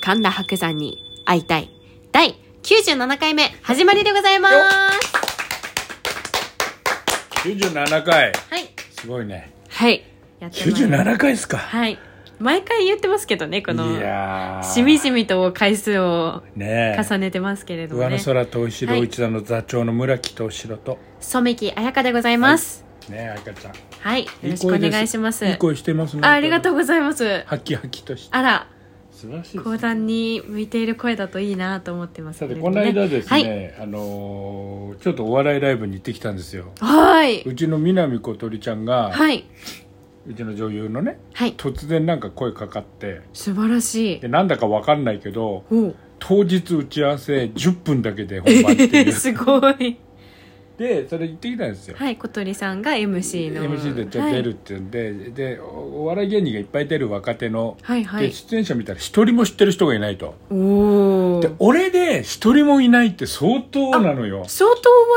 神田伯山に会いたい。第97回目、始まりでございます。 97回はい。すごいねはい。やってまいります97回ですかはい。毎回言ってますけどね、このい、やーしみじみと回数をねえ重ねてますけれども上ねの。空と後ろ一座の座長の村木と後ろと染木彩香でございます。ねえ赤ちゃんはい。よろしくお願いします。いい声してますねあありがとううございます。ハキハキとしてあら、素晴らしいです講ね談に向いている声だといいなと思ってますさけてれどこものね。間ですはい。ね、あのーちょっとお笑いライブに行ってきたんですよはーい。うちの南小鳥ちゃんが、はい。うちの女優のねはい。突然なんか声かかって素晴らしいで。なんだかわかんないけどおう当日打ち合わせ10分だけで本番っていう すごい。でそれ行ってきたんですよ、はい。小鳥さんが MC の。 MC でじゃあ出るっていうんで,、でおお笑い芸人がいっぱい出る若手の、はい。はいはでい。出演者見たら一人も知ってる人がいないとおでー。俺で一人もいないって相当なのよ相当お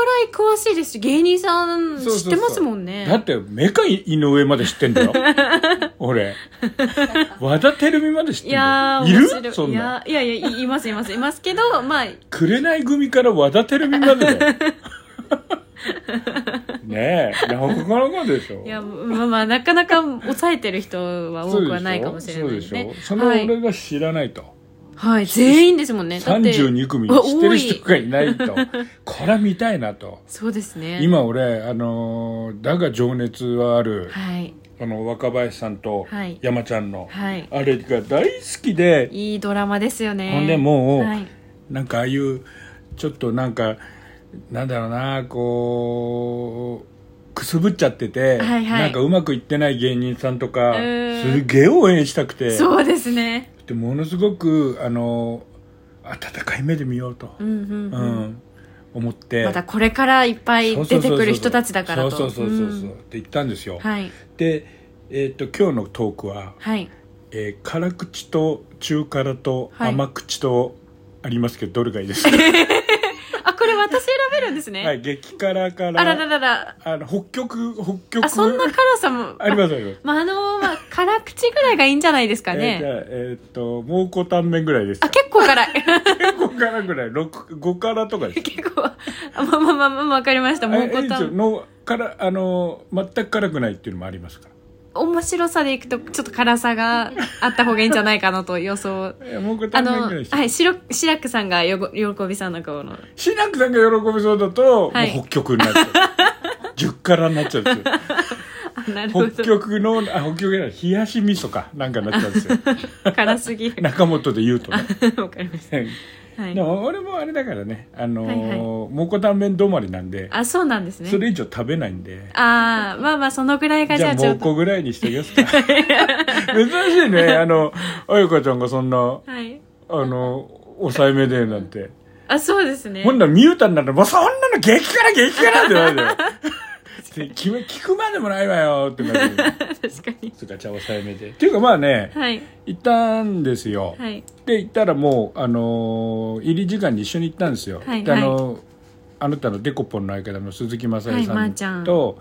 笑い詳しいですし、芸人さんそうそう知そっうてますもんね。だってメカ井上まで知ってん だよ俺和田照美まで知っていんだやよー、い面白るそんないやいやいや、いいます、います、いますけど、まあ、紅組から和田照美ま でだよねえなかなかでしょいや、まあまあ、なかなか抑えてる人は多くはないかもしれないでですすねね。そのはい俺が知らないと、はい、全員ですもんね。だって32組知ってる人多いがいないと これは見たいなとそうですね。。今俺あのーだが情熱はある、はい。あの若林さんとはい山ちゃんの、はい。あれが大好きで、いいドラマですよね。ほんでもう、はい。なんかああいうちょっとなんかなんだろうなこうくすぶっちゃってはて、いはいなんかうまくいってない芸人さんとかうーんすげえ応援したくてそうですね。でものすごくあの温かい目で見ようと、うんうんううんん。思ってまたこれからいっぱいそうそ出うそうてそうくる人たちだからと。そうそうそうそうそう、んって言ったんですよ、はい。で、えー、と今日のトークは、はい。えー辛口と中辛とはい甘口とありますけど、どれがいいですかあ、これ私選べるんですね。はい激辛かあららららら。あの北極北極あ、そんな辛さも。 ありますありますまあ、あのまあ、辛口ぐらいがいいんじゃないですかえーじゃね。あえーっと蒙古タンメンぐらいですあ、結構辛い。 結構辛ぐらい六五辛とかです結構、あまあまあまあまあ、わかりました。もうえこいいでたすよのからあの全く辛くないっていうのもありますから面白さでいくと、ちょっと辛さがあった方がいいんじゃないかなと予想。えー蒙古タあンメンのぐらいで、すはい、しろ、しらくさんがよご、喜びさんの顔の。シナクさんが喜びそうだと、はいもう北極になっちゃう十辛になっちゃう んですよあ、なるほ北ど。極のあ北極じゃない冷やし味噌かなんかになっちゃうんですよ辛すぎる。 中本で言うとねわかりましでた。はい。も俺もあれだからねあのーはいはい蒙古タンメン止まりなんであ、そうなんですねそ。れ以上食べないんでああ、まあまあ、そのぐらいがじじゃゃああちょ蒙っと。古ぐらいにしてきますか 珍しいねあの彩香ちゃんがそんなはい。あの抑えめでなんてあ、そうですねほ。んならミュータンならもうそんなの激辛激辛ってなるよ で決め聞くまでもないわよってなる 確かに。つかちゃん抑えめでっていうかまあねはい。行ったんですよ、はい。で行ったらもう、あのー入り時間に一緒に行ったんですよ、はいであのーあなたのデコポンの相方の鈴木雅也はいまーちゃさんんと、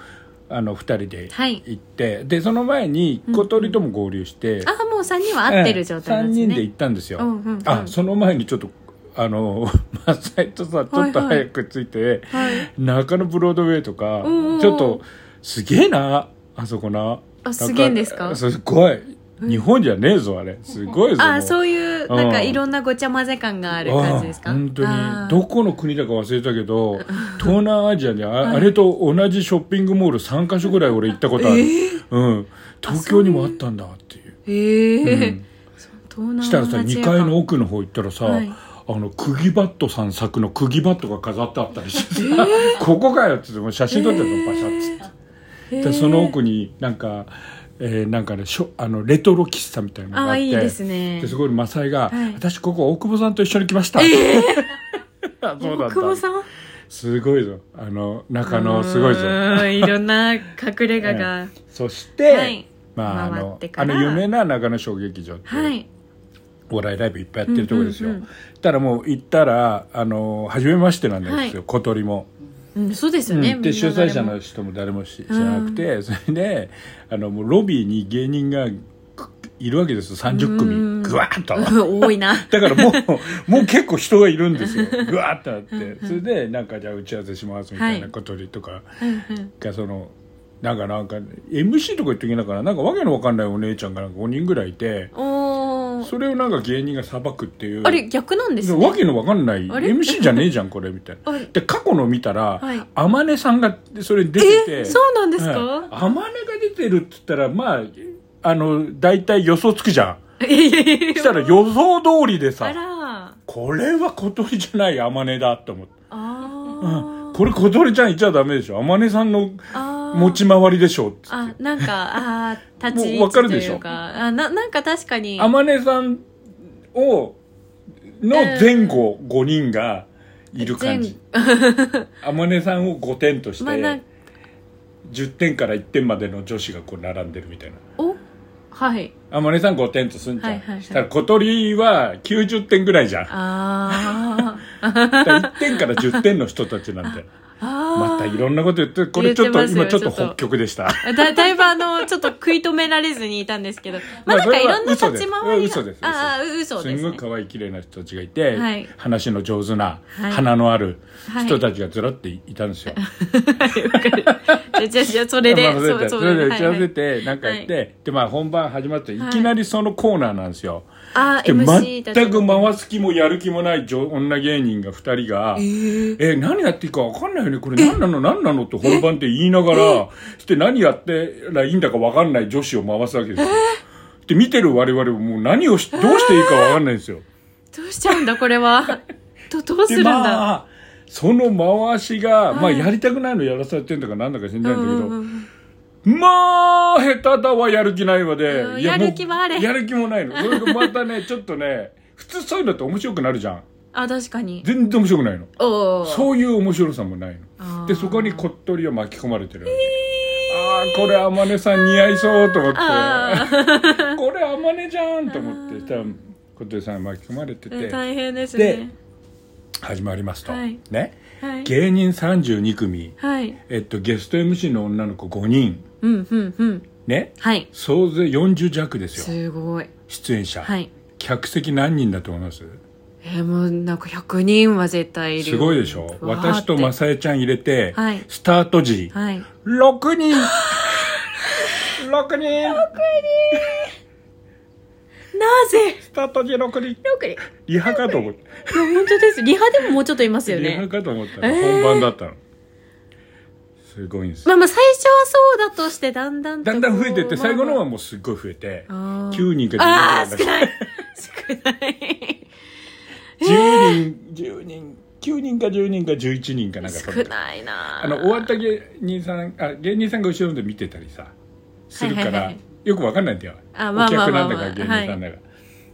あの2人ではい行って、でその前に小鳥とも合流して、あ、もう3人は合ってる状態なんですね。 3人で行ったんですよ、うんうんうんあその前にちょっと あのー雅也とさちょっと早く着いて、はい。中野ブロードウェイとかうんうんうんちょっとすげえなあそこなあすげえんですかなんそうすごい日本じゃねえぞあれすごいぞもあ、うそういう、なんかうんいろんなごちゃ混ぜ感がある感じですかああ本当あにーどこの国だか忘れたけど東南アジ アにあ,、あれと同じショッピングモール3か所ぐらい俺行ったことある、うん、東京にもあったんだっていうええうん東南したらさアジ2アか階の奥の方行ったらさ、はいあの釘バットさん作の釘バットが飾ってあったりしてさ、 ここかよっつってもう写真撮ってたのパシャッつって。へでーその奥になんか、えーなんかねしょあのレトロ喫茶みたいなのがあってあいいですねですごいマサイはが、い私ここ大久保さんと一緒に来ました」 あそうだ大っ久保たさんすごいぞあの中野すごいぞうーんいろんな隠れ家が、そして、はいまああ回っのてかあらの有名な中野小劇場って、はいお笑いライブいっぱいやってるとこですよ、うんうんうんたらもう行ったらあの初めましてなんですよ、はい小鳥も。うん、そうですよね、うんでみん主な誰催も者の人も誰もし知らなくて、それであのもうロビーに芸人がくいるわけですよ30組ぐわーっと。 多いな。だからも うもう結構人がいるんですよぐわーってなってそれでなんかじゃあ打ち合わせしますみたいなことでとか、がそのなんかなんか MC とか言っときながらなんかわけのわかんないお姉ちゃんがなんか5人ぐらいいて おーそれをなんか芸人が裁くっていうあれ、逆なんですね。わけのわかんないあれ MC じゃねえじゃんこれみたいあなで過去の見たら、はいあまねさんがそれ出ててえそうなんですかはいあまねが出てるっつったらまああの大体予想つくじゃんそしたら予想通りであさら。これは小鳥じゃないあまねだと思って、うんあこれ小鳥ちゃんいっちゃダメでしょあまねさんのあ。持ち回りでしょっつっあて、なんか、あー立ち位もうわ置かとるでしいょうか、あななんか確かに、あまねさんをの前後5人がいる感じあまねさんを5点とし て、まあなん10点から1点までの女子がこう並んでるみたいな。おはい。あまねさん5点とすんじゃん。はいはいはいしたら小鳥は90点ぐらいじゃん。だあ から1点から10点の人たちなんで。ーあー。またいろんなこと言って、これちょっと、言ってますよ今ちょっとちょっと北極でした。だだいぶあの、ちょっと食い止められずにいたんです けど。ままあなんあそかれいはろんな立ち回りが。嘘です嘘ですああ、嘘ですす、んね。ごい可愛い綺麗な人たちがいて、はい話の上手な、はい鼻のあるはい人たちがずらっていたんです よ。じゃあじゃあじゃあそれで、まあまあそうだそれで打ち合わせはいて、なんか言って、はで、まあ本番始まって、いきなりそのコーナーなんですよ。ああ、で MC たち。全く回す気もやる気もない女女芸人が2人が、え何やっていいか分かんないよねこれ何なの何なのって本番って言いながらして何やってらいいんだか分かんない女子を回すわけですよ。で見てる我々ももう何をしどうしていいか分かんないんですよ。どうしちゃうんだ、これは。どどうすでるんだ。まあその回しが、まあはいやりたくないのやらされてんだかなんだか知んないんだけど、うんうんうんまあ、下手だわ、やる気ないわで。うんいもうやる気はあれやる気もないの。それがま たね、ちょっとね、普通そういうのって面白くなるじゃん。あ、確かに。全然面白くないの。おお。そういう面白さもないあの。ーで、そこに小鳥を巻き込まれてるわけ。ああ、これ、あまねさん似合いそうと思って。ああ、 これ、あまねじゃんと思って。そしたら、小鳥さん巻き込まれてて、大変ですでね。、始まりますと。はいね。はい。芸人32組、はい。えっと、ゲスト MC の女の子5人、うん、うん、うん。ね。はい。総勢40弱ですよ。すごい。出演者、はい。客席何人だと思いますえー、もうなんか100人は絶対いるよすごいでしょわー私とまさえちゃん入れて、はいスタート時、はい六6人 6人なぜスタート時6人よくいやリハかと思っ本当ですリハでももうちょっといますた、よリハねかと思ったらえー本番だったの、すごいんですよまあまあ最初はそうだとしてだんだんとだんだん増えてってまあ最後のはまもうすっごい増えてあー9人あかあー少ない少ない10人か10人10人9人か10人か11人かなんかそんな少ないなあの終わった芸人さんあ芸人さんが後ろで見てたりさするから、はいはいはいよくわかんないんだよあまあまあまあお客まあなんだか芸人さんだか、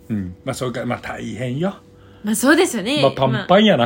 うんまあそれからまあ大変よ、まあそうですよねまあパンパンやな、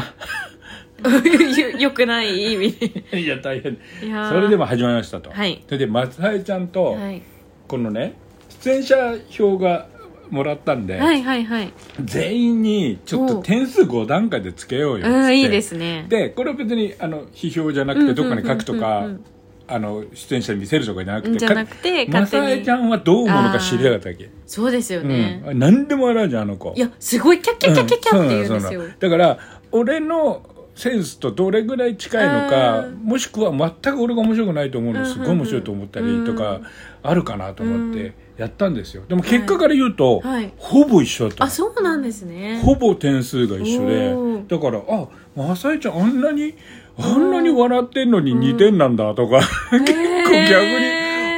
まあよよくない意味で いや大変いやーそれでも始まりましたと、はいそれで松江ちゃんと、はいこのね出演者票がもらったんで、はいはいはい全員にちょっとおう点数5段階でつけようよっつっうんていいですねでこれは別にあの批評じゃなくてどっかに書くとうんかうんうんうんあの出演者に見せるとかじゃなくてじゃなくてかマ勝手にサエちゃんはどう思うのか知りたかったわけ、そうですようんね、あ何でも笑うじゃんあの子いやすごいキャッキャッキャッキャッキャッって言うんですよ、うそうなのだから俺のセンスとどれぐらい近いのあかーもしくは全く俺が面白くないと思ううのんうんうんすごい面白いと思ったりとかうんあるかなと思っうてんやったんですよでも結果から言うと、はいはいほぼ一緒だったあのそうなんですねほぼ点数が一緒おでーだからあマサイちゃんあんなにあんなに笑ってんのに2点なんだとか、結構へー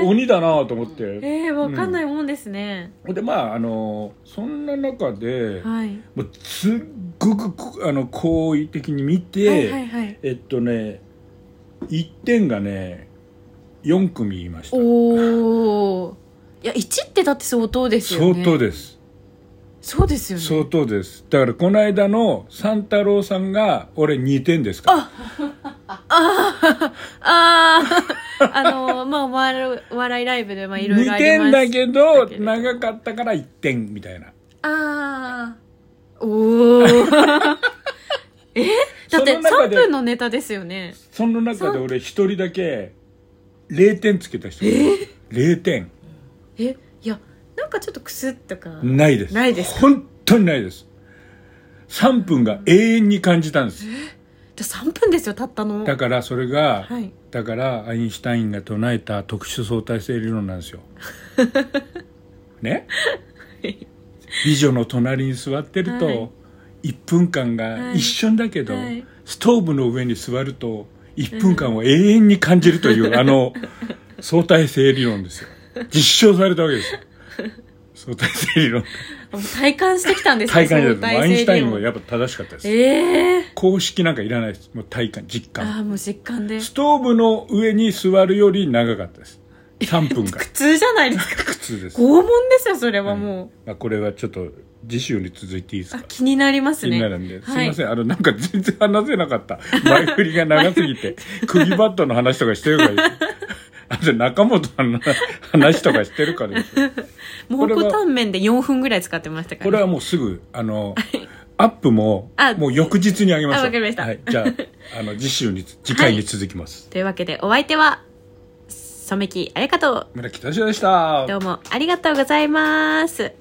逆に鬼だなと思って、えー、わかんないもんですね、でまああのそんな中で、はいもうすっごくこあの好意的に見て、はいはいはいえっとね1点がね4組いましたおおいや1ってだって相当ですよね相当ですそうですよね相当ですだからこの間の三太郎さんが俺2点ですからあああのまあお笑いお笑いライブでまあいろいろ2あります点だけどだけど長かったから1点みたいなああおお えだってその中3で分のネタですよねその中で俺1人だけ0点つけた人0点えいやなんかちょっとクスッとかないですないですか本当にないです3分が永遠に感じたんですじゃあ3分ですよたったのだからそれが、はいだからアインシュタインが唱えた特殊相対性理論な んですよね美女の隣に座ってるはいと1分間が一瞬だけど、はいストーブの上に座ると1分間を永遠に感じるという、あの相対性理論ですよ実証されたわけですよ相対性理 論もう体感してきたんです体感じゃ相な対い性アインシュタインも理論やっぱ正しかったですええ公式なんかいらないですもう体感実あ感あもう実感でストーブの上に座るより長かったです3 分間苦痛じゃないですか苦痛です拷問ですよそれはもう、まあ、これはちょっと次週に続いていいですあか気になります気ねになるんで、はすいいませんあのなんか全然話せなかった前振りが長すぎ て釘バットの話とかしてるからあと中本の話とかしてるからですよ蒙これ古はタンメンで4分ぐらい使ってましたから、ね、これはもうすぐあのアップもあもう翌日にあげましょうあわかりましたはい、じゃああの次週に次回に続きます、というわけでお相手は染木ありがとう村木敏夫でしたどうもありがとうございます